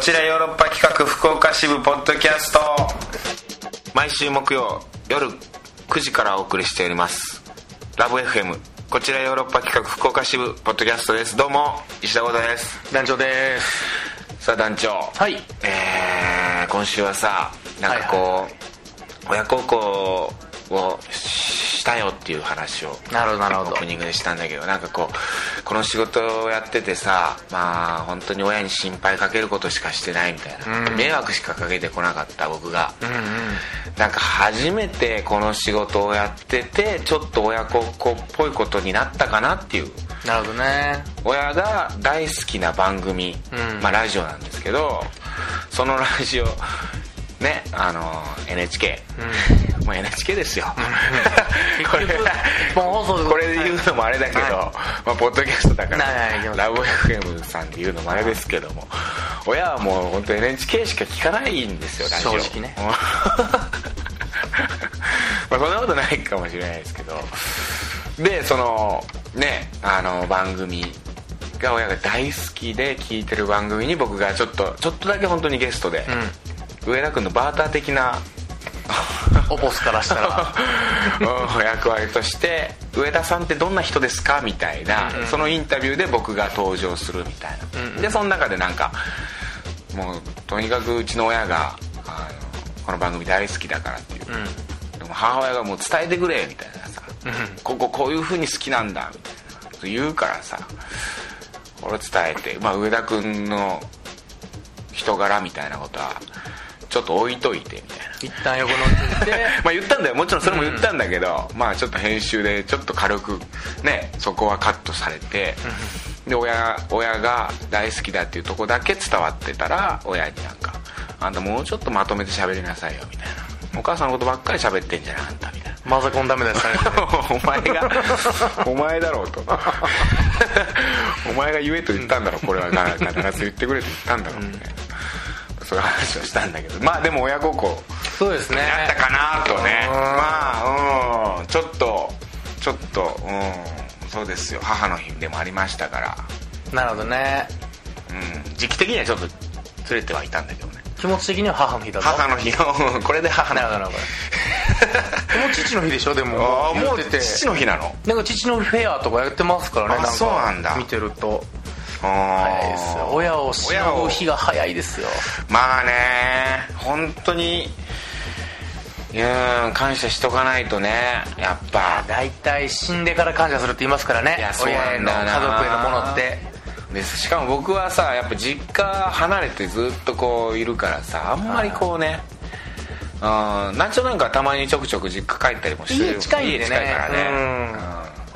ちらヨーロッパ企画福岡支部ポッドキャスト毎週木曜夜9時からお送りしておりますラブ f m こちらヨーロッパ企画福岡支部ポッドキャストですどうも石田豪太です団長ですさあ団長はいえー今週はさなんかこう、親孝行をしたよっていう話をなるほどなるほどオープニングでしたんだけどなんかこうこの仕事をやっててさまあ本当に親に心配かけることしかしてないみたいな、うん迷惑しかかけてこなかった僕が、うんうなんか初めてこの仕事をやっててちょっと親孝行っぽいことになったかなっていうんなるほどね親が大好きな番組、うんまあ、ラジオなんですけどそのラジオねあの NHK、もう NHK ですよ、 これ結局本放送でこれで言うのもあれだけど、はまあ、ポッドキャストだかはいはいいきらますラブ f m さんで言うのもあれですけども親はもう本当 NHK しか聞かないんですよラジオ正直 ねまあそんなことないかもしれないですけどでそのねあの番組が親が大好きで聞いてる番組に僕がちょっとちょっとだけ本当にゲストで、上田君のバーター的なオポスからした らうん役割として「上田さんってどんな人ですか?」みたいな、うんうんそのインタビューで僕が登場するみたいな、うんうんでその中でなんかもうとにかくうちの親があのこの番組大好きだからっていう、うんでも母親がもう伝えてくれみたいなさ、んこここういう風に好きなんだみたいなこと言うからさ俺伝えて、まあ、上田君の人柄みたいなことはちょっと置いといてみたいな一旦横のって まあ言ったんだよもちろんそれも言ったんだけど、まあちょっと編集でちょっと軽くねそこはカットされてで親親が大好きだっていうとこだけ伝わってたら親になんか「あんたもうちょっとまとめて喋りなさいよ」みたいな「お母さんのことばっかり喋ってんじゃないあんた」みたい なマザコンダメですねお前が お前だろうと お前が言えと言ったんだろこれはな必ず言ってくれと言ったんだろうみたいな、そういう話をしたんだけどまあでも親孝行そうですねなったかなとねうんまあうんちょっとちょっとうんそうですよ母の日でもありましたから、なるほどねうん、時期的にはちょっとずれてはいたんだけどね気持ち的には母の日だぞ母の日の これで母のな日るほどなるほどもう父の日でしょでもああ言もっうてて父の日なのなんか父のフェアとかやってますからねあなんかそうなんだ見てると早い早ですよ親をしのぶ日が早いですよまあね本当にうん感謝しとかないとねやっぱ大体死んでから感謝するって言いますからねいやそう親なへんのだよな家族へのものってですしかも僕はさやっぱ実家離れてずっとこういるからさあんまりこうねうん南朝なんかはたまにちょくちょく実家帰ったりもしてる家近いんで家ね近いからねううん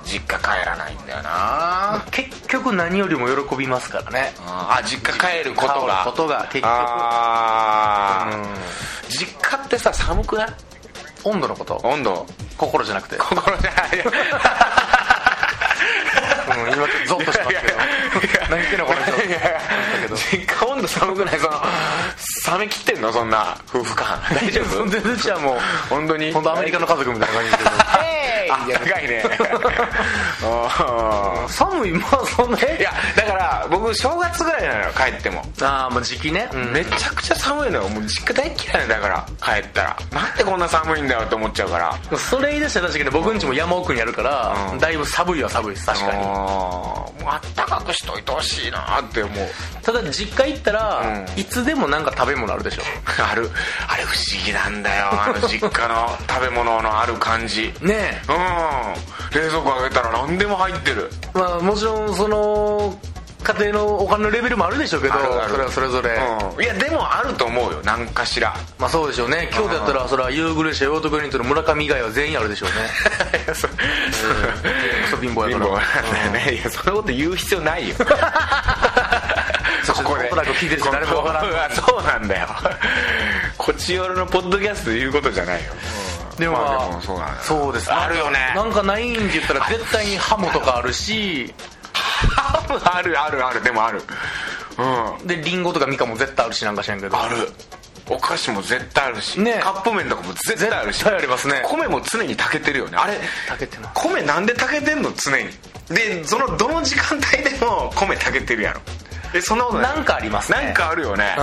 実家帰らないんだよな結局何よりも喜びますからねあ実家帰ることが帰ることが結局あーうん実家ってさ寒くない温度のこと温度心じゃなくて、うん、心じゃないよ今ちょっとゾッとしますけど何言ってんのこの人実家温度寒くないその冷めきってんのそんな夫婦 間大丈夫全然じゃあもう本当に本当アメリカの家族みたいな感じですけどあ高いねあ寒いまあそん なーいやだから僕正月ぐらいなのよ帰ってもああもう時期ね、うんめちゃくちゃ寒いのよもう実家大嫌いだから帰ったらなんでこんな寒いんだよって思っちゃうからそれ言い出したら確かに僕んちも山奥にあるから、うんだいぶ寒いは寒いです確かにあーもうあったかくしといてほしいなって思 うただ実家行ったら、うんいつでもなんか食べ物あるでしょあるあれ不思議なんだよあの実家の 食べ物のある感じねうん冷蔵庫開けたら何でも入ってるえ、まあ、もちろんその家庭のお金のレベルもあるでしょうけどあるあるそれはそれぞれ、うんいやでもあると思うよ何かしらまあそうでしょうね京都やったらそれは夕暮れ社ヨートクリントの村上以外は全員あるでしょうね いやそそう 貧乏やから貧乏なんだよねいやそんなこと言う必要 ないよそこでおそらく聞いてる人誰もわからんここ そうなんだよこちよるのポッドキャストで言うことじゃないよでも,、まあでもそうなんだそうですあるよねなんかないんって言ったら絶対にハモとかあるし あるあるあるでもあるうんでリンゴとかみかんも絶対あるしなんか知らんけどあるお菓子も絶対あるし、ねカップ麺とかも絶対あるし絶対ありますね米も常に炊けてるよねあれ炊けてます米なんで炊けてんの常にでそのどの時間帯でも米炊けてるやろえそんなことないなんかありますねなんかあるよね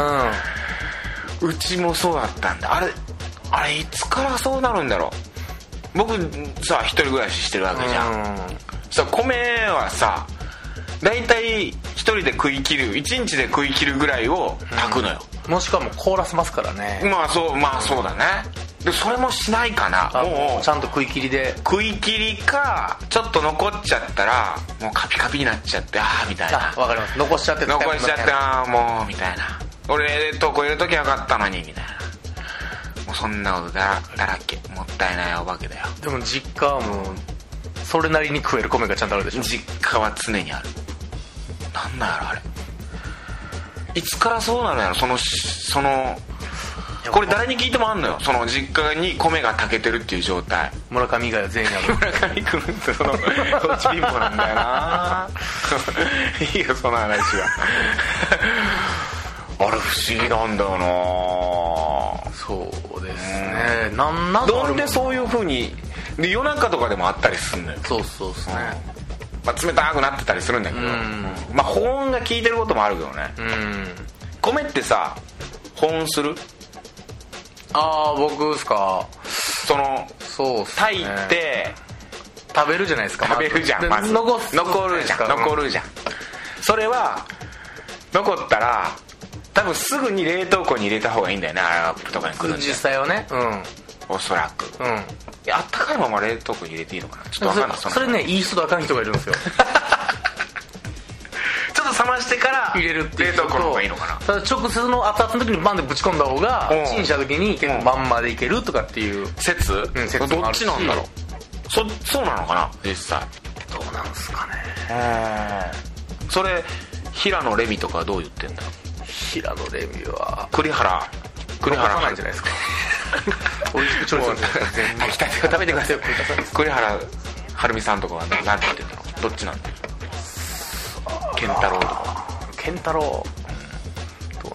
う、んうちもそうだったんだあれあれいつからそうなるんだろう僕さ一人暮らししてるわけじゃん、さ米はさ大体一人で食い切る一日で食い切るぐらいを炊くのよ、うんもしくはもう凍らせますからねまあそうまあそうだねでそれもしないかなあももううちゃんと食い切りで食い切りかちょっと残っちゃったらもうカピカピになっちゃってああみたいあなわかります残しちゃって残しちゃってたああもうみたいな俺冷凍庫入れときゃよかったのにみたいなもうそんなことだらだらけもったいないお化けだよでも実家はもうそれなりに食える米がちゃんとあるでしょ実家は常にあるなんなんやろあれいつからそうなのやろそのそのこれ誰に聞いてもあんのよその実家に米が炊けてるっていう状態村上以外は全員ある村上君って そのどっち貧乏なんだよ ないいよその話はあれ不思議なんだよなそうですねなんなんどんでそうういう風にで夜中とかでもあったりすんのよそうそうですねまあ、冷たくなってたりするんだけど、うんまあ保温が効いてることもあるけどね、うん米ってさ保温するああ僕ですかそのそうっすね炊いて食べるじゃないですか食べるじゃん、でまず残す残るじゃん残るじゃんそれは残ったら多分すぐに冷凍庫に入れた方がいいんだよねアラップとかに来るんで実際はねうおそらくんうんいやあったかいまま冷凍庫に入れていいのかなちょっと分かんないそのれねいい人とあかん人がいるんで すよちょっと冷ましてから入れるってい冷う人凍と庫の方がいいのかなただ直接の熱々の時にバンでぶち込んだ方がうんチンした時に結構まんまでいけるとかっていう説,、ん説どもあっるしちなんだろうそそうなのかな実際どうなんすかねそれ平野レミとかはどう言ってんだ平野レミは栗原栗原残さないじゃない ですか美味しく調理するんじゃないですか全部あ来た食べてください栗原はるみさんとかは何て言ってんだろうどっちなんだろう健太郎とか健太郎ど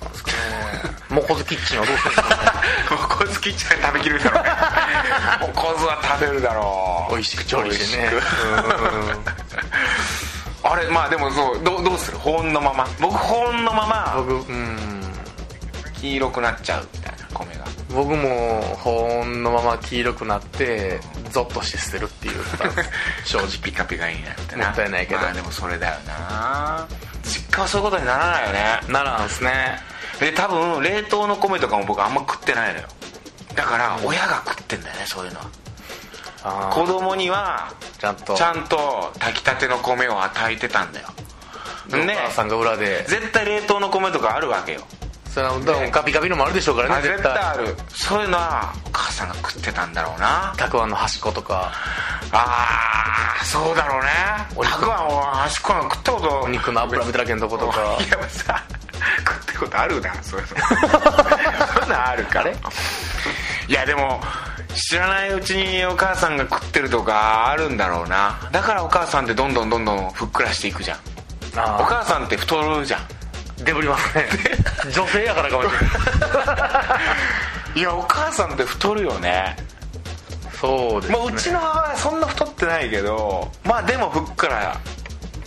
うなんですかねモコズキッチンはどうするんですかね おこずきっちゃん食べきるだろうね おこずは食べるだろう美味しく調理してね美味しくあれまあでもそうどうどうする保温のまま僕保温のまま僕うん黄色くなっちゃうみたいな米が僕も保温のまま黄色くなってゾッとして捨てるって いうパターンです正直ピカピカになってなもったいないけどまあでもそれだよな実家はそういうことにならないよねならんすねで多分冷凍の米とかも僕あんま食ってないのよだから親が食ってんだよねそういうのはあ子供にはーちゃんとちゃんと炊きたての米を与えてたんだよねお母さんが裏で絶対冷凍の米とかあるわけよそれは多分ガビガビのもあるでしょうからあね絶対あるそういうのはお母さんが食ってたんだろうなたくあんの端っことかああそうだろうねお肉たくあんは端っこの食ったことお肉の油みたいけんとことかいやさ食ってことあるなそういう のそんなんあるからいやでも知らないうちにお母さんが食ってるとかあるんだろうなだからお母さんってどんどんどんどんふっくらしていくじゃんおあ母さんって太るじゃんーデブりますね女性やからかもしれないいやお母さんって太るよねそうですねまあうちの母はそんな太ってないけどまあでもふっくら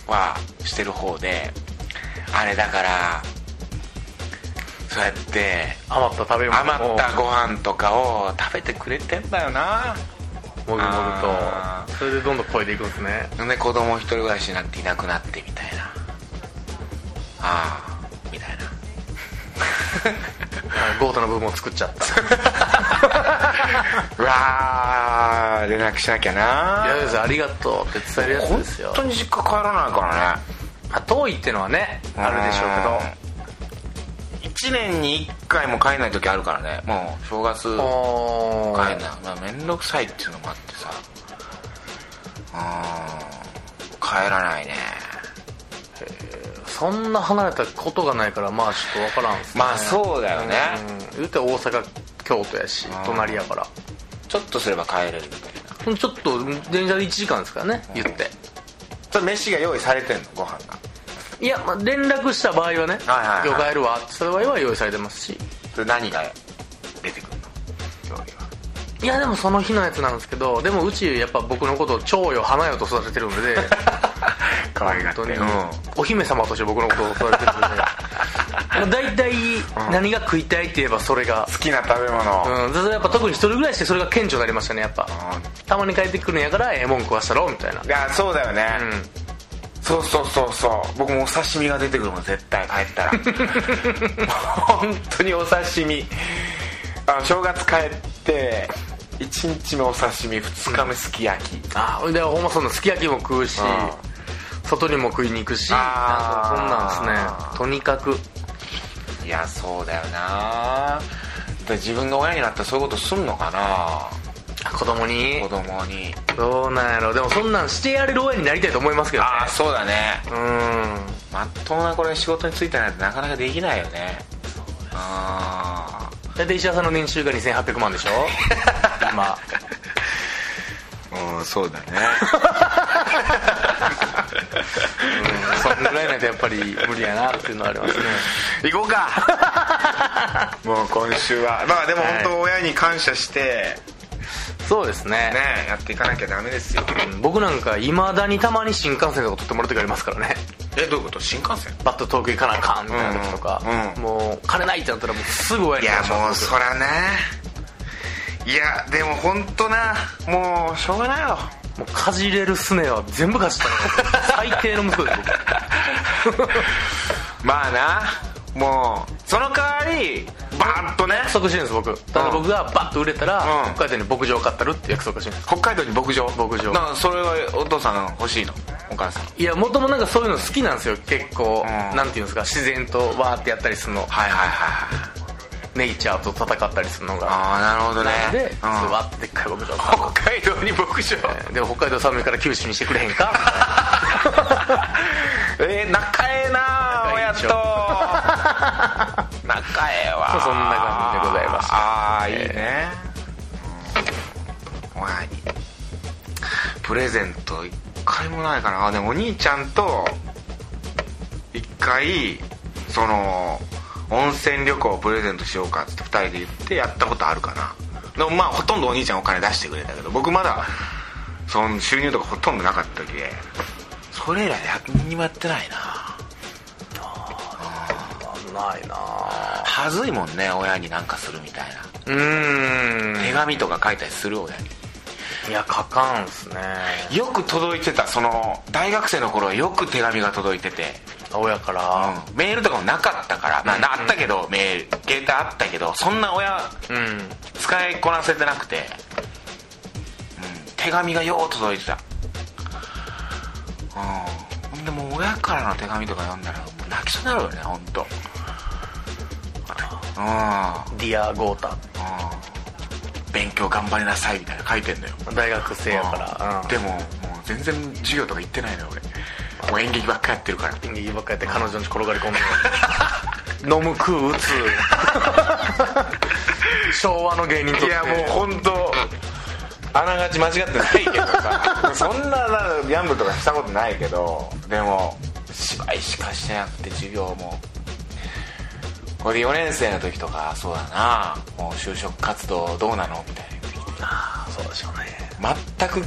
はしてる方であれだからそうやって余った食べ物余ったご飯とかを食べてくれてんだよな、もぐもあぐとそれでどんどん超えていくんですねね、子供一人暮らしになっていなくなってみたいなああみたいなあゴートの部分を作っちゃったうわー連絡しなきゃ いやなですありがとうって伝えるやつ本ですよ当に実家帰らないからねまあ、遠いってのはねあるでしょうけど1年に1回も帰んない時あるからねもう正月帰んけどおないー、まあ、めんどくさいっていうのもあってさうん帰らないねそんな離れたことがないからまあちょっと分からんっすねまあそうだよね、うん言うて大阪京都やし隣やからちょっとすれば帰れるみたいなほんとちょっと電車で1時間ですからね言ってそれ飯が用意されてんのご飯がいや、まあ、連絡した場合はね「はいはいはい今日帰るわ」ってした場合は用意されてますしそれ何が出てくるの料理はいやでもその日のやつなんですけどでもうちやっぱ僕のことを蝶よ花よと育ててるのでか可愛がって本当にうんお姫様として僕のことを取られてるんでもう 大体何が食いたいって言えばそれが好きな食べ物、うん、ずっとやっぱ特に一人ぐらいしてそれが顕著になりましたねやっぱたまに帰ってくるんやからええもん食わしたろみたいないやそうだよね、うんそうそうそうそう僕もお刺身が出てくるもん絶対帰 ったら本当にお刺身あの正月帰って1日目お刺身2日目すき焼き、あほんでほんまそんなすき焼きも食うしあ外にも食いに行くしなんあーかそんなんですねとにかくいやそうだよなで自分が親になったらそういうことすんのかなあ子供に子供にどうなんやろでもそんなんしてやれる親になりたいと思いますけどねああそうだねうんまっとうなこれ仕事に就いたなんてなかなかできないよねあ大体石田さんの年収が2800万 でしょ今あうんそうだねそんぐらいないとやっぱり無理やなっていうのはありますね 行こうか もう今週はまあでもはい本当親に感謝してそうですねねやっていかなきゃダメですようん僕なんかいまだにたまに新幹線とか取ってもらう時ありますからねえどういうこと新幹線バッと遠く行かなあかんみたいな時とか、うんもう金ないってなったらもうすぐ親いにや電話しもまうすそらねいやでも本当なもうしょうがないよもうかじれるすねは全部かじったの最低の息子ですまあなもうその代わりバーンとね僕約束してるんです僕ただ僕がバッと売れたら、うん北海道に牧場を買ったるって約束してるんです北海道に牧場牧場なそれはお父さん欲しいのお母さんいやもともなんかそういうの好きなんですよ結構、うんなんていうんですか自然とわーってやったりするのはいはいはいネイチャーと戦ったりするのがああなるほどねなんで、うんわーってでっかい牧場を買おう北海道に牧場でも北海道寒いから九州にしてくれへんか えー、仲ええな仲ええ親でと しょ仲ええわそんな感じでございましたああいいね、うんまあいいプレゼント一回もないかなあでもお兄ちゃんと一回その温泉旅行をプレゼントしようかっつって2人で言ってやったことあるかなでもまあほとんどお兄ちゃんお金出してくれたけど僕まだその収入とかほとんどなかった時でそれ以来何にもやってないなないなぁはずいもんね親になんかするみたいなうーん手紙とか書いたりする親にいや書かんっすねよく届いてたその大学生の頃はよく手紙が届いてて、親からうんメールとかもなかったから、まあ、なあったけどメール携帯あったけどそんな親うん、使いこなせてなくて、うん、手紙がよう届いてたうんほんでもう親からの手紙とか読んだらもう泣きそうになるよね本当。うディアゴータん勉強頑張りなさいみたいな書いてんのよ大学生やから、でももう全然授業とか行ってないのよ俺もう演劇ばっかやってるからうん、右ばっかやって彼女の家転がり込んで 飲む食う打つ昭和の芸人としていやもう本当あながち間違ってないけどさそんななギャンブルとかしたことないけどでも芝居しかしてなくて授業もこれ4年生の時とかそうだなもう就職活動どうなのみたいああそうでしょうねな全く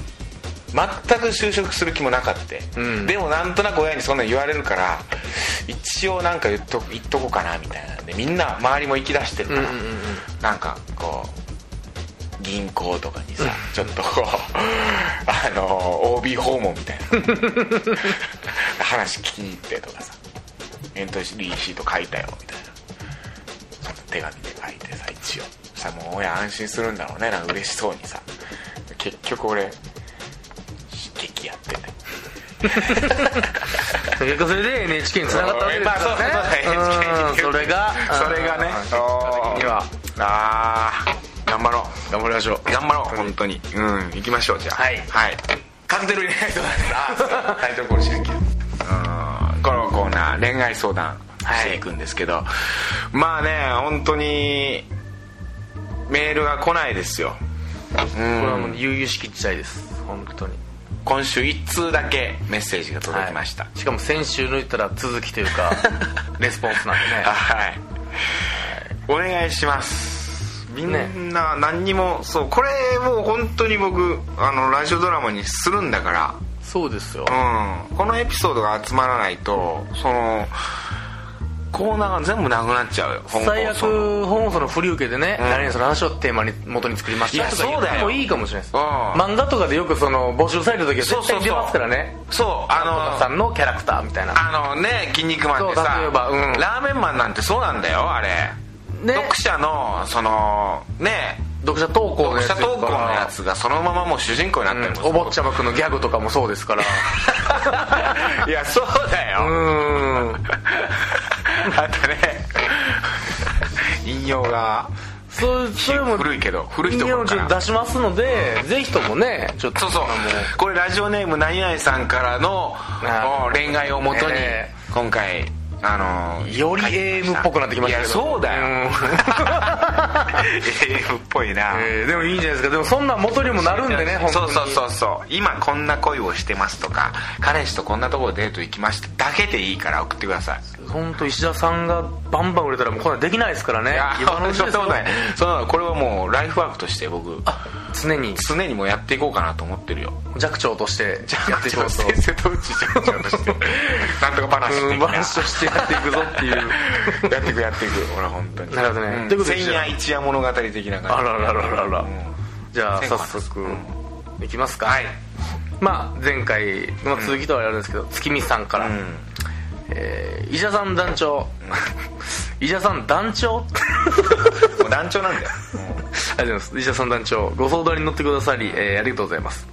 全く就職する気もなかって、うんでもなんとなく親にそんなん言われるから一応なんか言っと言っとこうかなみたいなんでみんな周りも行き出してるから、うんうんうんうんなんかこう銀行とかにさ、ちょっとこうあの OB 訪問みたいな 話聞きに行ってとかさエントリーシート書いたよみたいなその手紙で書いてさ一応そしたらもう親安心するんだろうねなんか嬉しそうにさ結局俺激やってね結局それで NHK に繋がったわけですまあそうだねよね、うんそそれが それがねうん結果的にはあー頑張ろう頑張りましょう頑張ろう本当にうん行きましょうじゃあはいはいカクテル入れないとダメ だタイトルコールしなきゃうんこのコーナー恋愛相談していくんですけど、まあね本当にメールが来ないですよこれはもう悠々しき時代です本当に今週1通だけメッセージが届きました、はいしかも先週抜いたら続きという かレスポンスなんでねはい、お願いしますみんな何にもそうこれもう本当に僕あのラジオドラマにするんだからそうですようん、このエピソードが集まらないとそのコーナーが全部なくなっちゃうよ本放送の最悪本放送の振り受けでね、うん何々その話をテーマに元に作りましたとかいや言そうだってよもいいかもしれないですうん漫画とかでよくその募集された時はそうそ絶うそ対う出ますからねそうあのあさのんのキャラクターみたいなあのね筋肉マンってさそう例えばうんラーメンマンなんてそうなんだよあれ、ね読者のそのね読者投稿読のやつ者投稿のやつがそのままもう主人公になったりもするお坊ちゃまくんのギャグとかもそうですから いやそうだよ、うーん あとね引用がそうそれも古いけど古い人人間もをいるかちょらっと出しますのでぜひともねちょっとそうそうこれラジオネーム何々さんからのあーお恋愛をもとにえ今回あのーより AM っぽくなってきましたけどいやそうだよ AM っぽいな、えーでもいいんじゃないですかでもそんなん元にもなるんでね本当そにうそうそうそう今こんな恋をしてますとか彼氏とこんなとこデート行きましただけでいいから送ってください本当石田さんがバンバン売れたらもうこんなんできないですからねいや今のうちそでんすなよことないそんなことないこれはもうライフワークとして僕常に常にもうやっていこうかなと思ってるよ弱長としてやっていこうと先生とうちちゃんちゃんと してなんとか話う的んなバランスとしてやっていくぞっていう やってくやってい く俺本当になるほどねうんということで千夜一夜物語的なあ感ららららららじゃあ先早行速いきますかじはいまあ前回の続きとはあれなんですけど、月見さんから、えー、石田さん団 長石田さん団長もう団長 なんだよありがとうございます石田さん団長ご相談に乗ってくださり、えーありがとうございます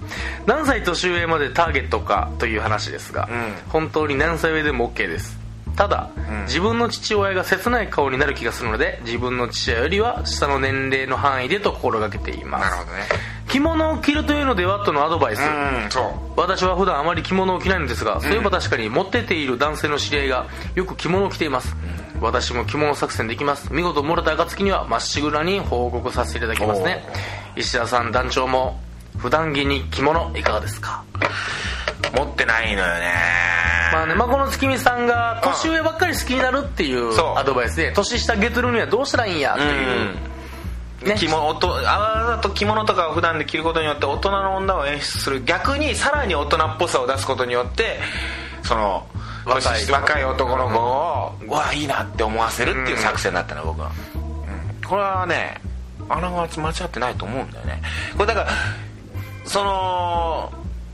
何歳年上までターゲットかという話ですが、うん本当に何歳上でも OK ですただ、自分の父親が切ない顔になる気がするので自分の父親よりは下の年齢の範囲でと心がけていますなるほどね着物を着るというのではとのアドバイス、うんそう私は普段あまり着物を着ないのですが、そういえば確かに持ってている男性の知り合いがよく着物を着ています、私も着物作戦できます見事漏れた暁にはまっしぐらに報告させていただきますね石田さん団長も普段着に着物いかがですか持ってないのよねまあね、まあ、この月見さんが年上ばっかり好きになるっていうそうアドバイスで年下ゲトるにはどうしたらいいんやっていう、ね着物おとあわざと着物とかを普段で着ることによって大人の女を演出する逆にさらに大人っぽさを出すことによってその若い年若い男の子を、うわいいなって思わせるっていう作戦だったの僕は、うんこれはねあながち間違ってないと思うんだよねこれだからその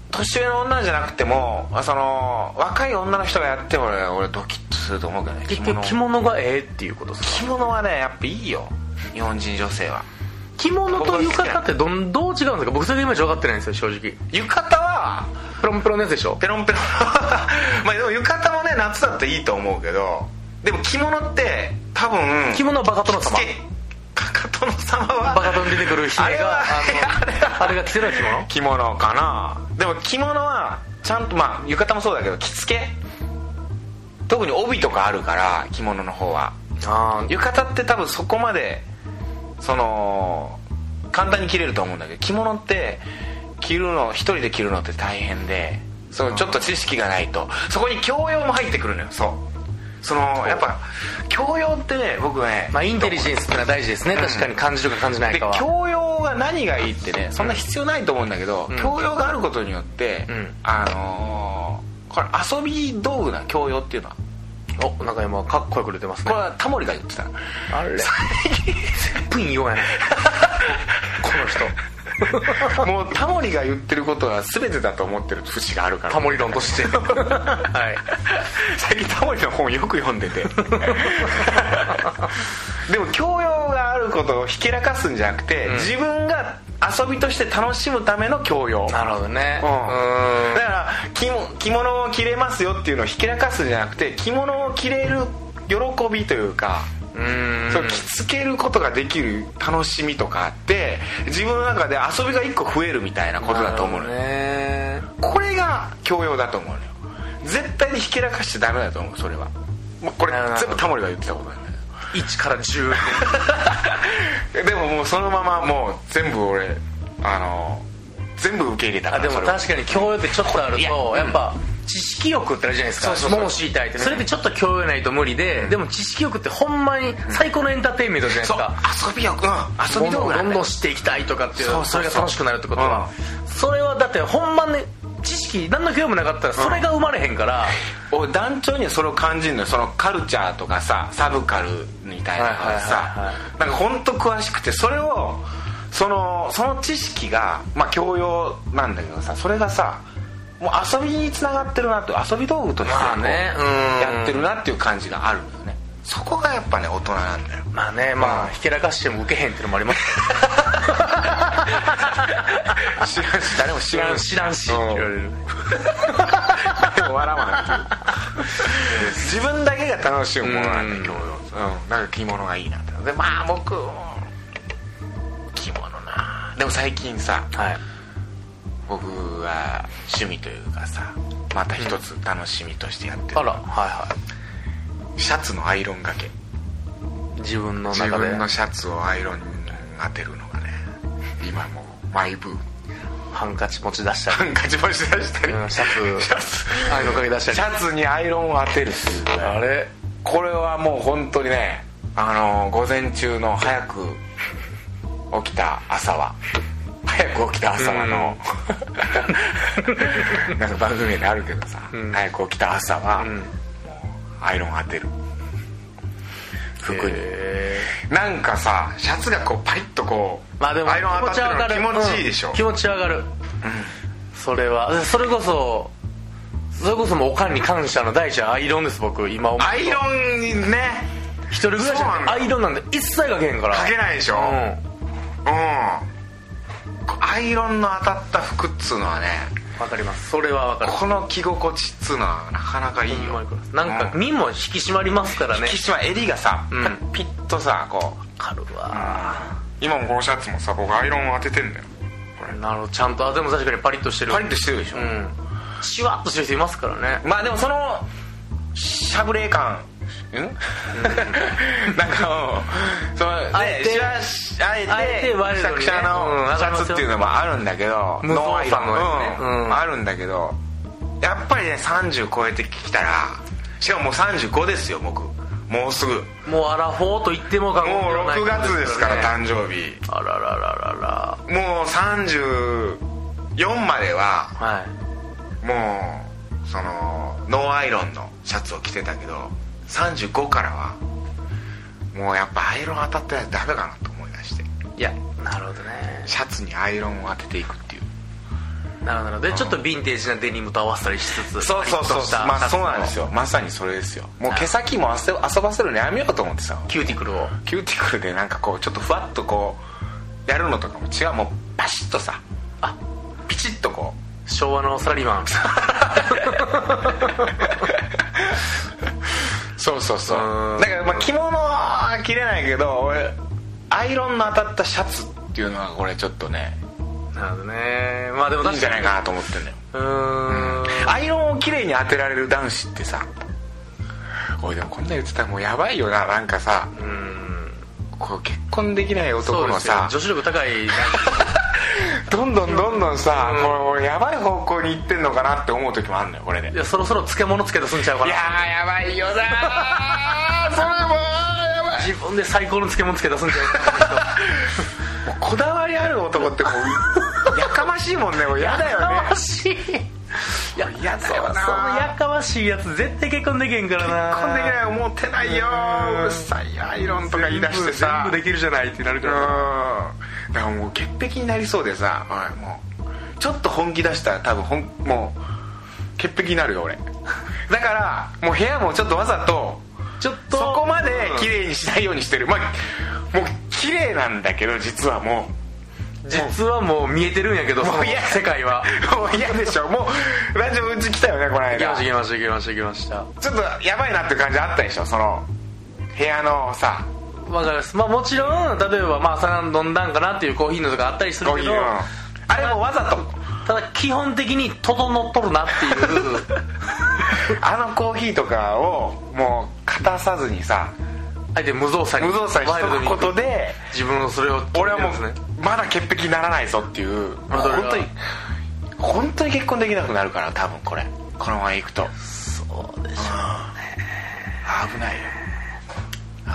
年上の女じゃなくてもあその若い女の人がやっても俺俺ドキッとすると思うけどね結局着物がええっていうことですか着物はねやっぱいいよ日本人女性は着物と浴衣ってどんどう違うんですか僕それが今ちょっと分かってないんですよ正直浴衣はプロンプロンのやつでしょペロンペロン まあでも浴衣もね夏だっていいと思うけどでも着物って多分着物はバカ殿様着付けかか殿様はバカ殿に出てくる姫あれがはあのあれが着てる着物着物かなでも着物はちゃんとまあ浴衣もそうだけど着付け特に帯とかあるから着物の方はあ浴衣って多分そこまでその簡単に着れると思うんだけど着物って着るの一人で着るのって大変でそうちょっと知識がないとそこに教養も入ってくるのよそうそのやっぱ教養ってね僕ねまあインテリジェンスってのは大事ですね確かに感じるか感じないでかは教養が何がいいってねそんな必要ないと思うんだけど、うん教養があることによって、うんあのーこれ遊び道具な教養っていうのはおなんか今かっこよく出てますこれねはタモリが言 ってたあれプン 弱いなこの人もうタモリが言ってることは全てだと思ってる節があるからタモリ論 としてはい最近タモリの本よく読んで てでも教養があることをひけらかすんじゃなくて、ん自分が遊びとして楽しむための教養なるほどねううんーんだから着も着物を着れますよっていうのをひけらかすんじゃなくて着物を着れる喜びというか、うーんそう着付けることができる楽しみとかあって自分の中で遊びが一個増えるみたいなことだと思うのよ、ねこれが教養だと思うのよ絶対にひけらかしちゃダメだと思うそれはもうこれなるほど全部タモリが言ってたことなんだ1から10けど でももうそのままもう全部俺あの全部受け入れたかあらでもそれは確かに教養ってちょっとあるといやうんやっぱ知識欲ってあるじゃないですかそうそうそう物を知りたいって、それってちょっと教養ないと無理で、でも知識欲ってほんまに最高のエンターテインメントじゃないですそうか、遊びよ、うん、遊び道具どんどんなどんんだどんよ知っていきたいとかっていうそそうそうそうれが楽しくなるってことは、それはだってほんまに知識何の興味もなかったらそれが生まれへんから、俺団長にはそれを感じるのよそのカルチャーとかさサブカルみたいなのがはいはいはさいなんか本当詳しくてそれをそのその知識がまあ教養なんだけどさそれがさもう遊びにつながってるなと遊び道具としてまあこうねうんやってるなっていう感じがあるのよねそこがやっぱね大人なんだよまあねまあひけらかしても受けへんっていうのもあります知らんし誰も知らんし知らんしうっんて言われる誰も笑わない自分だけが楽しむものなんだうん教養うんなんか着物がいいなってでまあ僕うん着物なでも最近さはい僕は趣味というかさまた一つ楽しみとしてやってるあらはいはシャツのアイロンがけい自分の自中で分のシャツをアイロンに当てるのがね今もうマイブームハンカチ持ち出したハりンカチ干し出したりうんシャツシャツアイロンかけ出したりシャツにアイロンを当てるすごいあれこれはもう本当にねあの午前中の早く起きた朝は早く起きた朝はの、 なんか番組であるけどさ、早く起きた朝は、もうアイロン当てる服に、えなんかさシャツがこうパリッとこう、ーまあでもアイロン当たってるの気持ちいいでしょ、うん気持ち上がる、それはそれこそそれこそもうおかんに感謝の第一はアイロンです僕今思うアイロンにね一人暮らしそうななんんでだアイロンなんて一切かけへんからかけないでしょ、ううんアイロンの当たった服っつうのはねんわかりますそれはわかるこの着心地っつうのはなかなかいいほんまよにこれなんか身も引き締まりますからね引き締ま襟がさ、うんピッとさこうかるわ今もこのシャツもさ僕アイロンを当ててんだよこれなるほどちゃんとあでも確かにパリッとしてるパリッとしてるでしょ、うんシュワッとしてる人いますからねまあでもそのしゃぶれ感ん、 なんかうんそのあえてねしわしあえてあえてワイルドにくねしゃくしゃうんわのシかりますャよツっていうのもあるんだけど無造ノーアイロン作のやつうねんうんあるんだけどやっぱりね30超えてきたらしかももう35ですよ僕もうすぐももうアラフォーと言っても過う言ではない6月ですからね誕生日あららららもう34まではらはいもうそのノーアイロンのシャツを着てたけど35からはもうやっぱアイロン当たってないとダメかなと思い出していやなるほどねシャツにアイロンを当てていくっていうなるほどなるほどでちょっとヴィンテージなデニムと合わせたりしつつパリッとしたまあシャツそうのなんですよまさにそれですよもう毛先も遊遊ばせるのやめようと思ってさキューティクルをキューティクルでなんかこうちょっとふわっとこうやるのとかも違うもうパシッとさあピチッとこう昭和のサラリーマンそうそうそううんだからまあ着物は着れないけど俺アイロンの当たったシャツっていうのはこれちょっとねなるほどねまあでもいいん確じかゃにないかなと思ってんだようーんアイロンを綺麗に当てられる男子ってさおいでもこんな言ってたらもうやばいよななんかさこう結婚できないそ男うでのすよさ女子力高いどんどんどんどんさ、こうやばい方向に行ってんのかなって思う時もあるんだよこれでいいやそろそろ漬物つけ出すんちゃうかやなーやばいよなー それもやばい自分で最高の漬物つけ出すんちゃうかもうこだわりある男ってもうやかましいもんねもう嫌だよなやかねましいいや嫌だよなそのやかましいやつ絶対結婚できへんからな結婚できない思ってないようんうるさいアイロンとか言い出してさ全部全部できるじゃないってなるかうらんだからもう潔癖になりそうでさおいもうちょっと本気出したら多分ほんもう潔癖になるよ俺だからもう部屋もちょっとわざとちょっとそこまでうん綺麗にしないようにしてるまあもう綺麗なんだけど実はも実はもう見えてるんやけどそものういや世界 はうもう嫌でしょもうラジオうち来たよねこの行きま間した行きました行きました行きましたちょっとやばいなって感じあったでしょその部屋のさわかりますまあもちろん例えばまあ朝飲んだんかなっていうコーヒーのとかあったりするコーけヒーどのあれもわざとただ基本的に整っ とるなっていうあのコーヒーとかをもう片さずにさあえて無造作に無造作にしワイルドとにくことで自分のそれを俺はも決めてるんですねうまだ潔癖にならないぞっていうもうどれが本当に本当に結婚できなくなるから多分これこのまま行くとそうでしょ危ないよう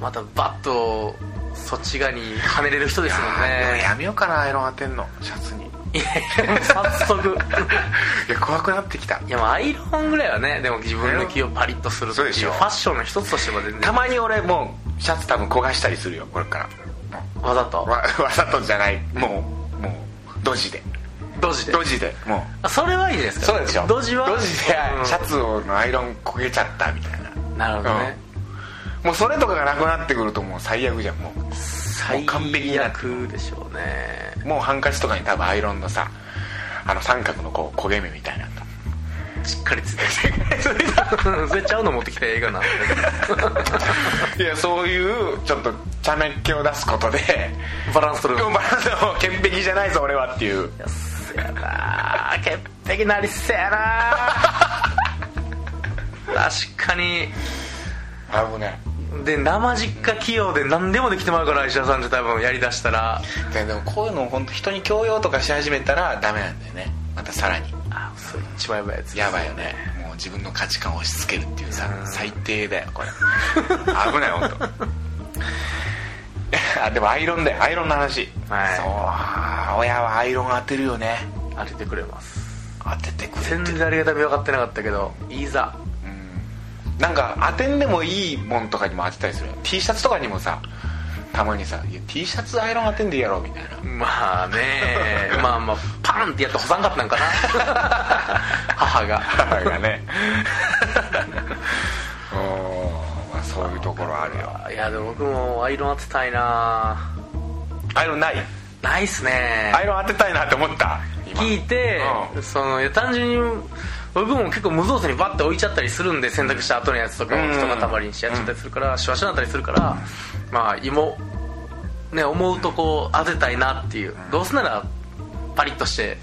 またバッとそっち側に跳ねれる人ですもんでもねやめようかなアイロン当てんのシャツにいや いや早速いや怖くなってきた いやもうアイロンぐらいはねでも自分の気をパリッとするってそういうでフしょァッションの一つとしても全た然まに俺もうシャツ多分焦がしたりするよこれかわざとらわ わざとじゃないもうもうドジでドジでドジでもあそれはいいじうゃないですかそうでしょドジはドジうんでシャツのアイロン焦げちゃったみたいななるほどね、もうそれとかがなくなってくるともう最悪じゃんも最完璧な悪でしょうねうもうハンカチとかに多分アイロンのさあの三角のこう焦げ目みたいなのがしっかりつい てるそれちゃうの持ってきた映画なんでいやそういうちょっと茶目っ気を出すことでバランス取でるもバランスはもう潔癖じゃないぞ俺はっていうせやな潔癖なりせやな確かに危ないで生実家器用で何でもできてまうから石田さんって多分やりだしたらででもこういうのを本当人に強要とかし始めたらダメなんだよねまたさらにあそれ一番やばいやつやばいよねもう自分の価値観を押し付けるっていうさうん最低だよこれ危ない本当 あでもアイロンだよアイロンの話、はいそう親はアイロン当てるよね当ててくれます当ててくれ全然ありがたみ分かってなかったけどいざうんなんか当てんでもいいもんとかにも当てたりするよ T シャツとかにもさたまにさいや「T シャツアイロン当てんでいいやろ」みたいなまあねまあまあパンってやって干さんかっ たんかな母が母がね おーまあそういうところあるよいやでも僕もアイロン当てたいなアイロンないないっすねアイロン当てたいなって思った今聞いて、うんそのいや単純に僕も結構無造作にバッて置いちゃったりするんで洗濯した後のやつとかうをん一塊にしてやっちゃったりするから、シワシワになったりするから、まあ芋ね思うとこう当てたいなっていう、どうせならパリッとして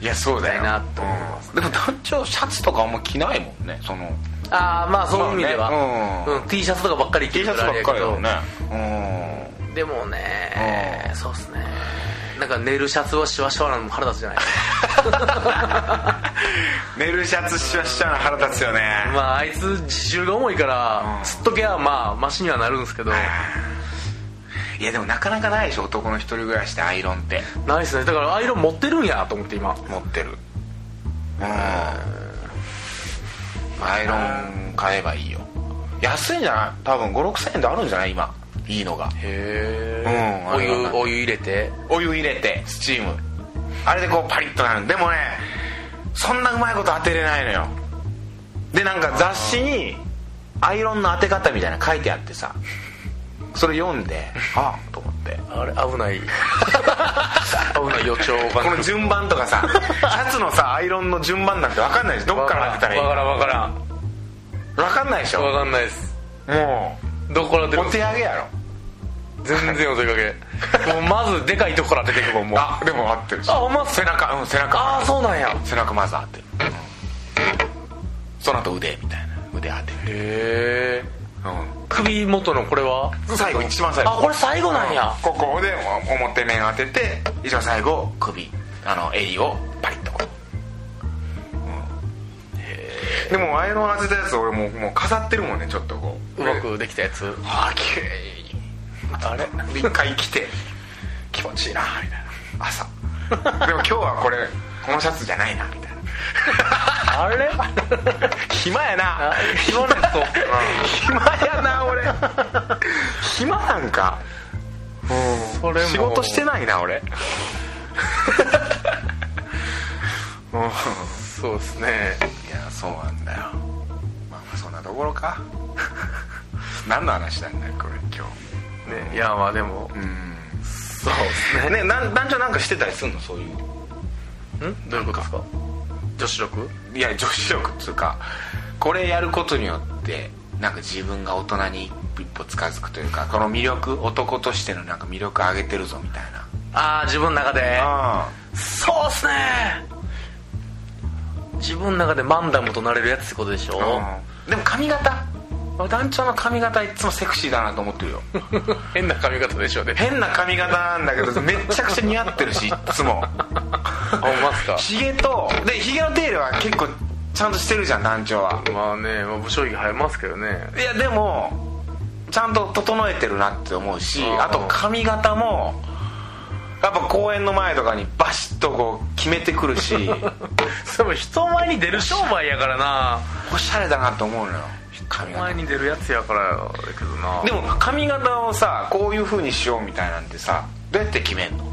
いやそうだよないなと思いますうんでも団長シャツとかあんま着ないもんねそのああまあそういう意味では、まあねうんうん T シャツとかばっかり着 T るシャかツらあばれっやかけりだどよねでもねそうっすねなんか寝るシャツはシワシワなのも腹立つじゃ なうん寝いるシャツしわしちゃうの腹立つよねまああいつ自重が重いから、うんすっとけばまあマシにはなるんですけどいやでもなかなかないでしょ男の一人暮らしでアイロンってないっすねだからアイロン持ってるんやと思って今持ってるうんアイロン買えばいいよ安いんじゃない多分56000円であるんじゃない今いいのがへえお湯あのお湯入れてお湯入れてスチームあれでこうパリッとなるでもねそんなうまいこと当てれないのよでなんか雑誌にアイロンの当て方みたいなの書いてあってさそれ読ん でああと思ってあれ危 ない危ない予兆この順番とかさシャツのさアイロンの順番なんて分かんないでしょどっから当てたらいいわかからんわからん分かんないでしょわかんないですもどこから出うるお手上げやろ全然お出かけもうまずでかいとこから出てくるもうあでも合ってるしあほんまっす背中うん背中ああそうなんや背中まず当てる、うんその後腕みたいな腕当てるへえう首元のこれはん最後一番最後あこれ最後なんやここで表面当てて一番最後首あの襟をパリッとこう、うん、でもアイロン当てたやつ俺もうもう飾ってるもんねちょっとこううまくできたやつああ綺麗にあれ一回来て気持ちいいなみたいな朝でも今日はこれこのシャツじゃないなみたいなあれ暇やなあ言わないと 暇やな 俺暇なんかそれも仕事してないな俺そうですねいやそうなんだよまあまあそんなところか 何の話なんだよこれ今ねいやまあでも日うんそうですねねなん男女なんかしてたりすんのそういうんどういうことですか女子力いや女子力っつうかこれやることによってなんか自分が大人に一歩近づくというかこの魅力男としてのなんか魅力上げてるぞみたいなああ自分の中であそうっすね自分の中でマンダムとなれるやつってことでしょうんでも髪型俺団長の髪型いつもセクシーだなと思ってるよ 変な髪型でしょうね変な髪型なんだけどめっちゃくちゃ似合ってるしいっつもあほんまっすかヒゲとでヒゲの手入れは結構ちゃんとしてるじゃん団長はまあね、まあ、武将着生えますけどねいやでもちゃんと整えてるなって思うしあーあと髪型もやっぱ公演の前とかにバシッとこう決めてくるし でも人前に出る商売やからなおしゃれだなと思うのよ髪人型前に出るやつやからやけどなでも髪型をさこういう風にしようみたいなんてさどうやって決めんの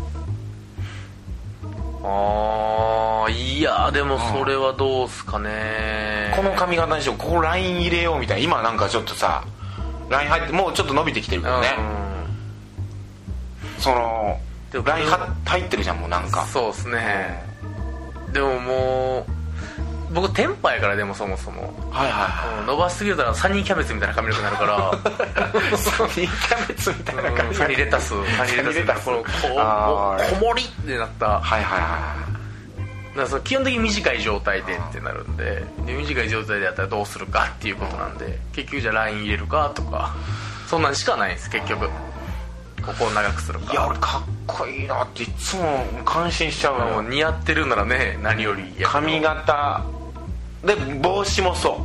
ああいやでもそれはどうすかねこの髪型にしようここライン入れようみたいな今なんかちょっとさライン入ってもうちょっと伸びてきてるけどねうんそのでもラインは入ってるじゃんもうなんかそうっすねでももう僕テンパやからでもそもそも、はいはいはうん伸ばしすぎたらサニーキャベツみたいな髪の毛になるからいサニーキャベツみたい なう感んじサニーレタスサニーレタスサこニーのこレタスあーうこもりってなっただかはいはいはいらその基本的に短い状態でってなるんでで短い状態でやったらどうするかっていうことなんで結局じゃあライン入れるかとかそんなんしかないんです結局ここを長くするいやか俺かっこいいなっていつも感心しちゃうまあものうよ似合ってるならね何よりやけど髪型で帽子もそ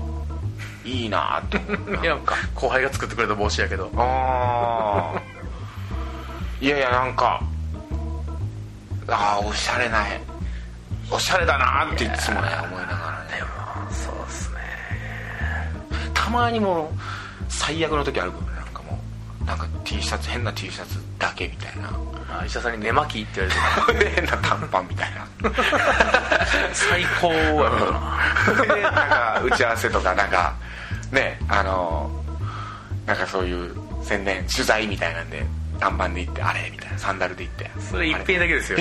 ういいなって思うないや後輩が作ってくれた帽子やけどあーいやいやなんかああおしゃれなおしゃれだなっていつもね思いながらねそうっすねたまにもう最悪の時あるけどねなんかもうなんか T シャツ変な T シャツだけみたいな あ医者さんに寝巻きって言われてた変な短パンみたいな最高や ったなでなんか打ち合わせとかなんかねあのなんかそういう宣伝取材みたいなんで短パンで行ってあれみたいなサンダルで行ってそれ一あ遍だけですよ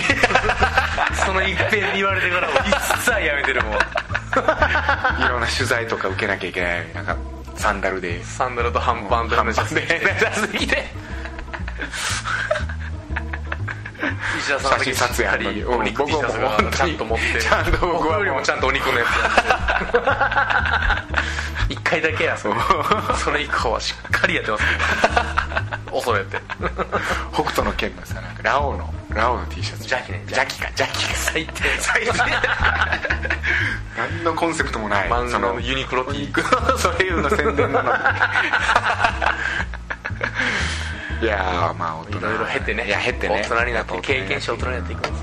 その一遍言われてからもう一切やめてるもんいろんな取材とか受けなきゃいけないなんかサンダルでサンダルと半パンと半話端 してで出してき て医者さんだ写け真撮影ありお肉 T シャツがちゃんと持ってちゃんと僕僕はよりもちゃんとお肉のやつ 一回だけやそれそれ以降はしっかりやってますけど恐れて北斗の剣のさなんかラオウのラオウの T シャツ邪気ね邪気か邪気か最低最低何のコンセプトもない漫画そののユニクロ T そういうの宣伝なのにいやーまあ大人いろいろ経てねいや経てね大人になって経験して大やぱ人になっていくんです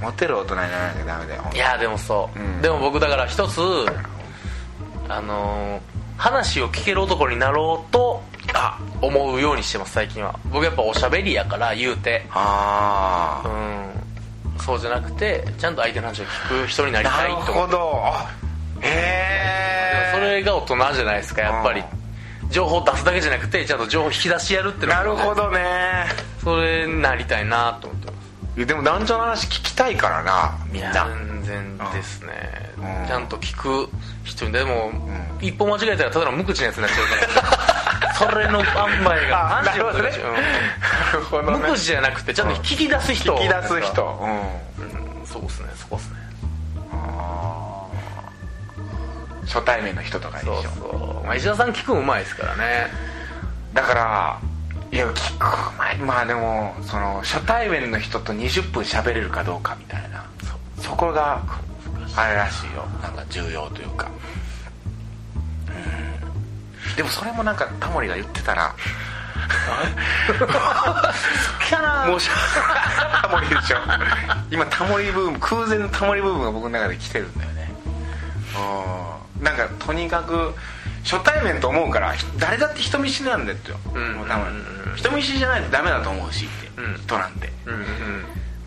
モテる大人にならなきゃダメだよいやでもそう、うんでも僕だから一つあのー話を聞ける男になろうとあ思うようにしてます最近は僕やっぱおしゃべりやから言うてあうーんそうじゃなくてちゃんと相手の話を聞く人になりなたいるとほどあへでもえそれが大人じゃないですかやっぱりうん情報出すだけじゃなくてちゃんと情報引き出しやるってのながるほどねそれになりたいなと思ってますいやでも男女の話聞きたいからなみんな全然ですね、うんちゃんと聞く人にでも、一歩間違えたらただの無口なやつになっちゃうからそれの塩梅があ なるほどね何て言うんなるほだろどううんね無口じゃなくてちゃんと聞き出す人聞き出す人うんそうですねそこですねうん初対面の人とかでしそょうそう、まあ、石田さん聞くのうまいですからねだからいや聞く前まあでもその初対面の人と20分喋れるかどうかみたいなそこがあれらしいよなんか重要というかうんでもそれもなんかタモリが言ってたなきゃなもう しタモリでしょ今タモリブーム空前のタモリブームが僕の中で来てるんだよねうんなんかとにかく初対面と思うからひ誰だって人見知りなんだよ、んもう多分、人見知りじゃないとダメだと思うしって、うん人なんてうんうん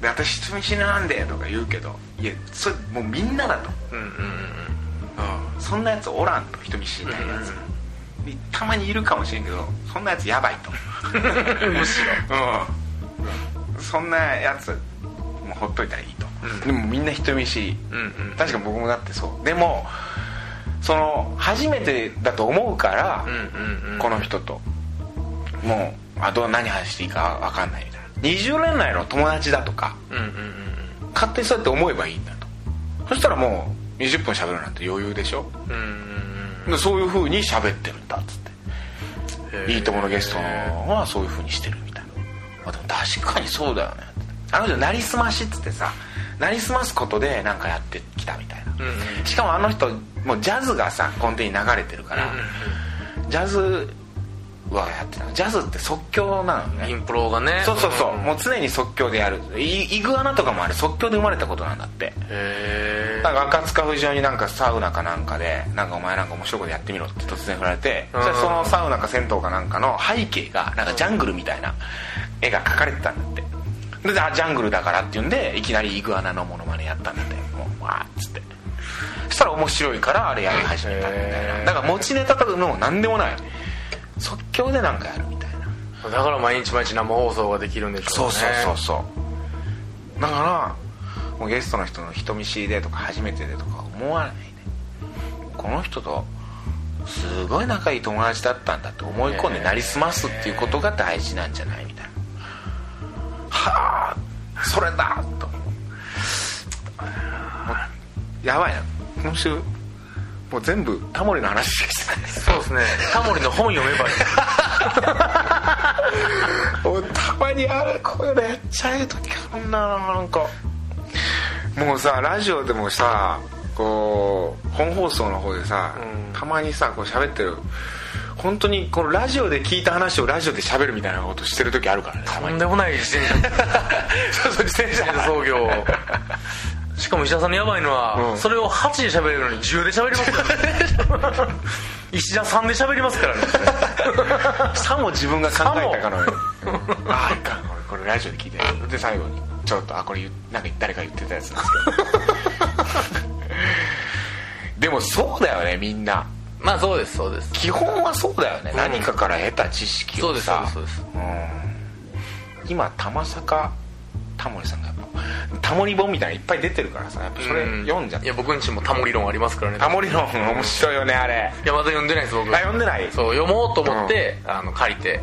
で私人見知りなんでとか言うけどいやそれもうみんなだと、うんうんそんなやつおらんと人見知りないやつ、でたまにいるかもしれんけどそんなやつやばいとうん うんむしろうん、そんなやつもうほっといたらいいと、でもみんな人見知り、うんうん確か僕もだってそうでもその初めてだと思うから、うんうんうんこの人ともうあと何話していいか分かんないみたいな20年来の友達だとかうんうんうん勝手にそうやって思えばいいんだとそしたらもう20分喋るなんて余裕でしょうんうんでそういう風に喋ってるんだっつってうんいいとものゲストはそういう風にしてるみたいな、まあ、でも確かにそうだよねあの人なりすましっつってさなりすますことでなんかやってきたみたいな、うんうんしかもあの人もうジャズがさ根底に流れてるから、ジャズはやってたジャズって即興なのねインプロがねそうそうそう、んもう常に即興でやるイイグアナとかもあれ即興で生まれたことなんだってへえなんか赤塚不二夫になんかサウナかなんかでなんかお前なんか面白いことやってみろって突然振られて、うんそしたらそのサウナか銭湯かなんかの背景がなんかジャングルみたいな絵が描かれてたんだってであジャングルだからっていうんでいきなりイグアナのモノマネやったんだってもうわーっつってそしたら面白いからあれやり始めたみたいへなーだから持ちネタとかもう何でもない即興でなんかやるみたいなだから毎日毎日生放送ができるんでしょそうねうそうそうそうだからもうゲストの人の人見知りでとか初めてでとか思わないねこの人とすごい仲いい友達だったんだって思い込んでなりすますっていうことが大事なんじゃないみたいなはあそれだと思うもうやばいな今週もう全部タモリの話しかしてないそうですねタモリの本読めばい俺いたまにあれこういうのやっちゃう時あんななんかもうさラジオでもさこう本放送の方でさ、うんたまにさこう喋ってる本当にこのラジオで聞いた話をラジオで喋るみたいなことしてる時あるからねたまとにんでもない自転車 そうそう自転車創業しかも石田さんのやばいのは、うんそれを8で喋れるのに10で喋りますから ね石田さんで喋りますからね さも自分が考えたかのように、うんああいかん俺これラジオで聞いてるで最後にちょっとあこれ言うなんか誰か言ってたやつなんです けどでもそうだよねみんなまあそうですそうです基本はそうだよね、うん何かから得た知識そうをですそうさですそうですうん今玉坂タモリさんがやっぱタモリ本みたいなのいっぱい出てるからさやっぱそれ読んじゃっいて、や僕んちもタモリ論ありますからねタモリ本面白いよねあれいやまだ読んでないです僕あ読んでないそう読もうと思って、あの書いて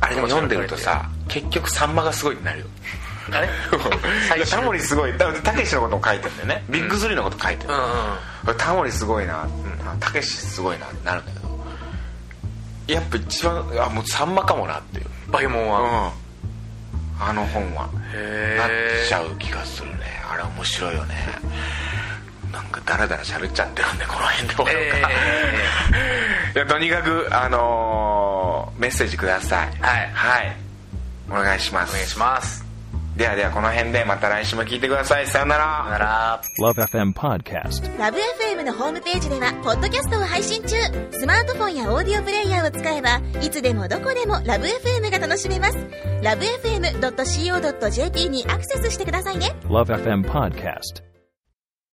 あれでも読んでるとさ結局サンマがすごいって なるよあれいやタモリすごいだたけしのことも書いてんだよねビッグスリーのこと書いてるうん、うんタモリすごいなあたけしすごいなってなるんだけどやっぱ一番あもうサンマかもなっていうバケモンは、うんあの本はへなっえちゃう気がするねあれ面白いよねなんかダラダラ喋っちゃってるんでこの辺で終わろうか、 いやとにかくあのーメッセージくださいはいはいお願いしますお願いしますではではこの辺でまた来週も聞いてくださいさよならさよなら Love FM Podcast. ラブ f m のホームページではポッドキャストを配信中スマートフォンやオーディオプレイヤーを使えばいつでもどこでもラブ f m が楽しめますラブ FM.co.jp にアクセスしてくださいね Love FM Podcast.